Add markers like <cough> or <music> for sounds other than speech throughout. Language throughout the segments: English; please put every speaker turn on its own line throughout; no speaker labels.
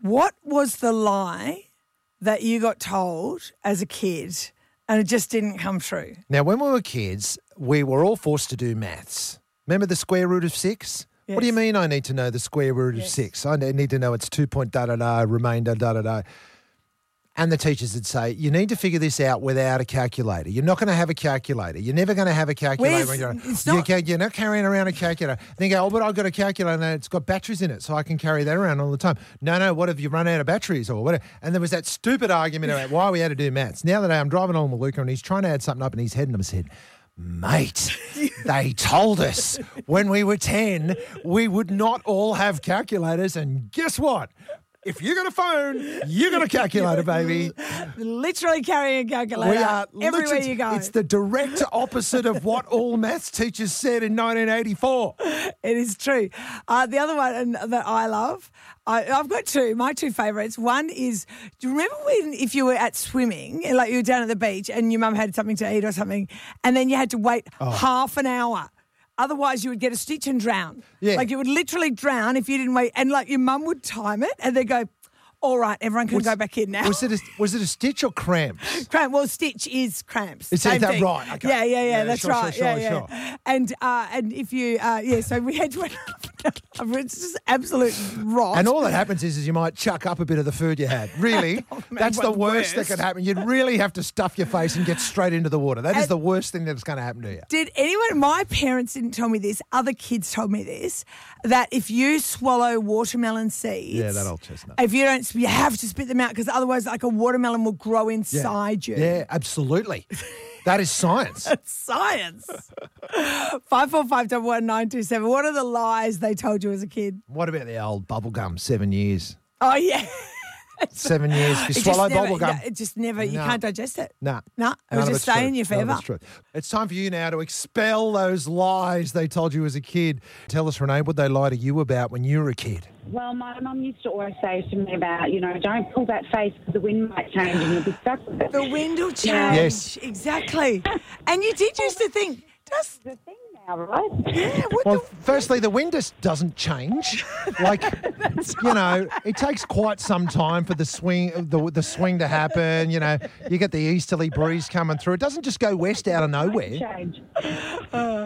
What was the lie that you got told as a kid and it just didn't come true?
Now, when we were kids, we were all forced to do maths. Remember the square root of six? What do you
Yes.
mean I need to know the square root of six? I ne- need to know it's two point da da da, remainder da da da. And the teachers would say, you need to figure this out without a calculator. You're not going to have a calculator. You're never going to have a calculator.
Where's-
when you're,
it's
you're
not-
ca- you're not carrying around a calculator. Then you go, oh, but I've got a calculator and it's got batteries in it, so I can carry that around all the time. No, no, what have you run out of batteries or whatever? And there was that stupid argument about why we had to do maths. Now that I'm driving along with Luca and he's trying to add something up in his head and I'm saying, <laughs> Mate, they told us when we were 10 we would not all have calculators. And guess what? If you got a phone, you got a calculator, baby.
Literally carrying a calculator
<laughs> We are
everywhere
literally-
you go.
It's the direct opposite of what all maths teachers said in 1984.
It is true. Uh, the other one and- that I love, I, I've got two, my two favourites. One is, do you remember when if you were at swimming, like you were down at the beach and your mum had something to eat or something, and then you had to wait half an hour? Otherwise, you would get a stitch and drown.
Yeah.
Like you would literally drown if you didn't wait. And like your mum would time it and they go, all right, everyone can go back in now.
Was it a, was it a stitch or cramps?
Cramp. Well, stitch is cramps.
Is
Same
that
thing.
right? Okay.
Yeah, yeah, yeah.
Yeah,
that's
sure,
right.
sure,
yeah,
sure,
yeah. And uh, and if you uh, yeah, so we had one. <laughs> it's just absolute rot.
And all that happens is, is you might chuck up a bit of the food you had.
<laughs>
Really, that's the
what's
worst, that
worse.
could happen. You'd really have to stuff your face and get straight into the water. That is
And-
the worst thing that's going to happen to you.
Did anyone? My parents didn't tell me this. Other kids told me this. That if you swallow watermelon seeds,
Yeah, that old chestnut.
If you don't, you have to spit them out because otherwise, like a watermelon will grow inside you.
Yeah, absolutely. That is science.
Science. <laughs> Five four five double one nine two seven. What are the lies they told you as a kid?
What about the old bubble gum? Seven years.
Oh yeah.
Seven years. If you
<laughs> It just
swallow
never-
bubble gum.
no, it just never, you
No.
can't digest it.
Nah.
Nah, it will
None of
just
it's
stay in
true.
you
None
forever.
of it's true. It's time for you now to expel those lies they told you as a kid. Tell us, Renee, what they lie to you about when you were a kid.
Well, my mum used to always say to me about, you know, don't pull that face because the wind might change and you'll be stuck with it.
The wind will change.
Yes.
Exactly. and you did used to think, just,
The thing now, right?
yeah, what
Well,
the...
firstly, the wind just doesn't change.
<laughs>
Like, you know, it takes quite some time for the swing, the, the swing to happen. You know, you get the easterly breeze coming through. It doesn't just go west out of nowhere.
Change.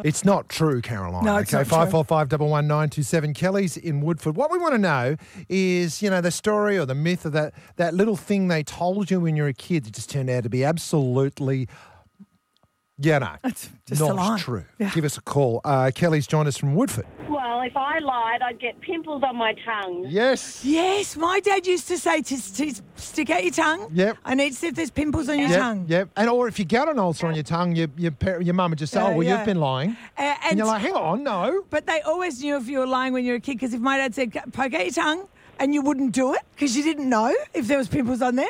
It's not true, Caroline.
No, it's
okay,
not
five
true.
four five double one nine two seven. Kelly's in Woodford. What we want to know is, you know, the story or the myth of that that little thing they told you when you were a kid that just turned out to be absolutely, yeah, no,
It's just a
not
lie.
true.
Yeah.
Give us a call. Uh, Kelly's joined us from Woodford.
Well, if I lied, I'd get pimples on my tongue.
Yes.
Yes, my dad used to say to, to stick out your tongue.
Yep.
I need to see if there's pimples on your
Yep,
tongue.
yep. And or if you get an ulcer on your tongue, your your, par- your mum would just say,
Yeah,
"Oh, well,
yeah.
you've been lying,"
Uh, and,
and you're like, "Hang on,
<laughs>
no."
but they always knew if you were lying when you were a kid because if my dad said, poke out your tongue, and you wouldn't do it because you didn't know if there was pimples on there.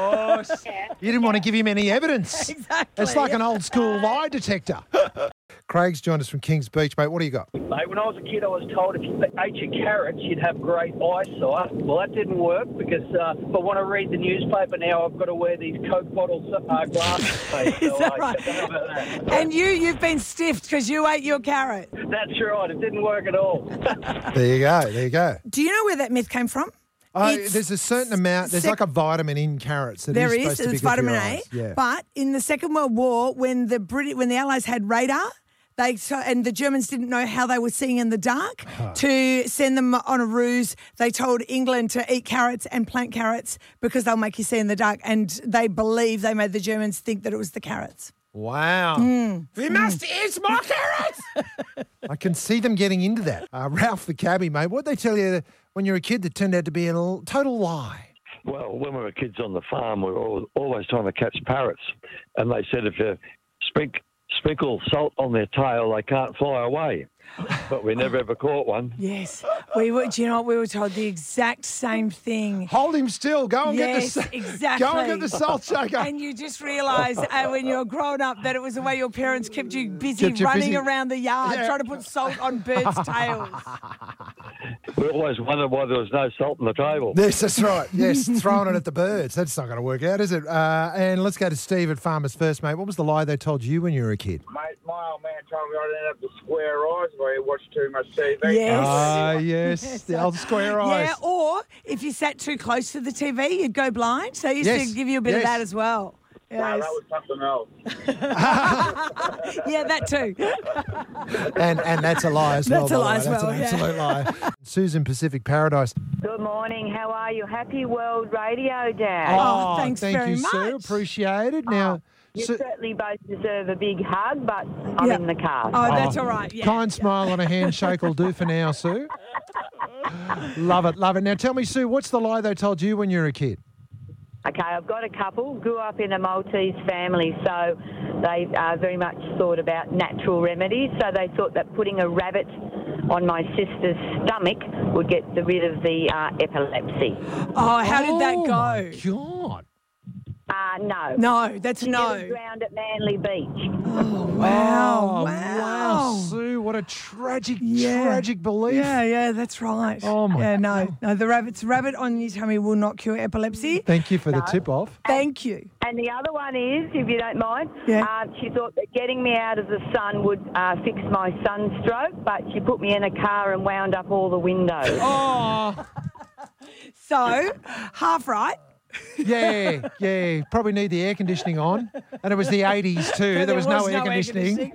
You didn't want to give him any evidence.
<laughs> Exactly.
It's like an old
<laughs>
school lie detector. <laughs> Craig's joined us from Kings Beach, mate. What do you got?
Mate, when I was a kid, I was told if you ate your carrots, you'd have great eyesight. Well, that didn't work because uh, if I want to read the newspaper now, I've got to wear these Coke bottles,
<laughs>
uh, glasses. Mate.
Is that
I
right?
don't know about
<laughs>
that.
And you, you've been stiffed because you ate your carrot.
That's right. It didn't work at all.
There you go. There you go.
Do you know where that myth came from?
Oh,
It's
there's a certain amount. There's
sec-
like a vitamin in carrots. That
There
is
is,
supposed to be
it's
good for your
vitamin A.
eyes. Yeah.
But in the Second World War, when the Brit- when the Allies had radar, they so, and the Germans didn't know how they were seeing in the
<laughs>
dark. To send them on a ruse, they told England to eat carrots and plant carrots because they'll make you see in the dark. And they believe they made the Germans think that it was the carrots.
wow. We must eat more carrots. Mm. <laughs> I can see them getting into that. Uh, Ralph the cabbie, mate. What they tell you when you're a kid that turned out to be a l- total lie.
Well, when we were kids on the farm, we were al- always trying to catch parrots, and they said if you sprink, sprinkle salt on their tail, they can't fly away. But we never ever caught one.
Yes, we were. Do you know what we were told? The exact same thing.
Hold him still. Go and
Yes,
get the sa- Go and
exactly.
get the salt <laughs> shaker.
And you just realise uh, when you're grown up that it was the way your parents kept you busy
Kept you
running
busy.
around the yard
Yeah. <laughs>
trying to put salt on birds' tails.
We always wondered why there was no salt on
<laughs>
the table.
Yes, that's right. <laughs> Yes, throwing it at the birds. That's not going to work out, is it? Uh, and let's go to Steve at Farmers First, mate. What was the lie they told you when you were a kid?
Mate, my old man told me I'd end up with square eyes if I watched too much TV.
Yes.
Ah, <laughs> yes, the old square eyes.
Yeah,
<laughs>
or if you sat too close to the TV, you'd go blind. So I used
Yes,
to give you a bit
yes.
of that as well.
No,
Yes.
that was something else.
<laughs> yeah, that too. Oh,
and and that's a lie as well.
That's a
by the
lie
way.
as
That's
well,
an
yeah.
absolute <laughs> lie. Susan Pacific Paradise.
Good morning. How are you? Happy World Radio Day.
Oh, thanks
thank
very
you, Sue.
much. Oh,
Appreciate it. Now,
you
Su-
certainly both deserve a big hug, but I'm
Yeah.
in the car.
Oh, that's all right. Yeah.
kind smile and a handshake will do for now,
<laughs>
Sue. love it, love it. Now, tell me, Sue, what's the lie they told you when you were a kid?
Okay, I've got a couple. Grew up in a Maltese family, so they uh, very much thought about natural remedies. So they thought that putting a rabbit on my sister's stomach would get the, rid of the uh, epilepsy.
Oh, how did that go?
Oh, my God.
Uh, no.
No, that's
She was
no.
drowned at Manly Beach.
Wow.
Oh, wow,
wow.
Sue, what a tragic,
Yeah.
tragic belief.
Yeah, yeah, that's right.
Oh, my
Yeah, no, no. The rabbit's rabbit on your tummy will not cure epilepsy.
Thank you for the
<laughs>
tip off.
Thank you.
And the other one is, if you don't mind,
Yeah.
um, she thought that getting me out of the sun would uh, fix my sunstroke, but she put me in a car and wound up all the windows.
Oh,
So, half right.
yeah, yeah. Probably need the air conditioning on. And it was the 80s, too. There, was, no, air conditioning.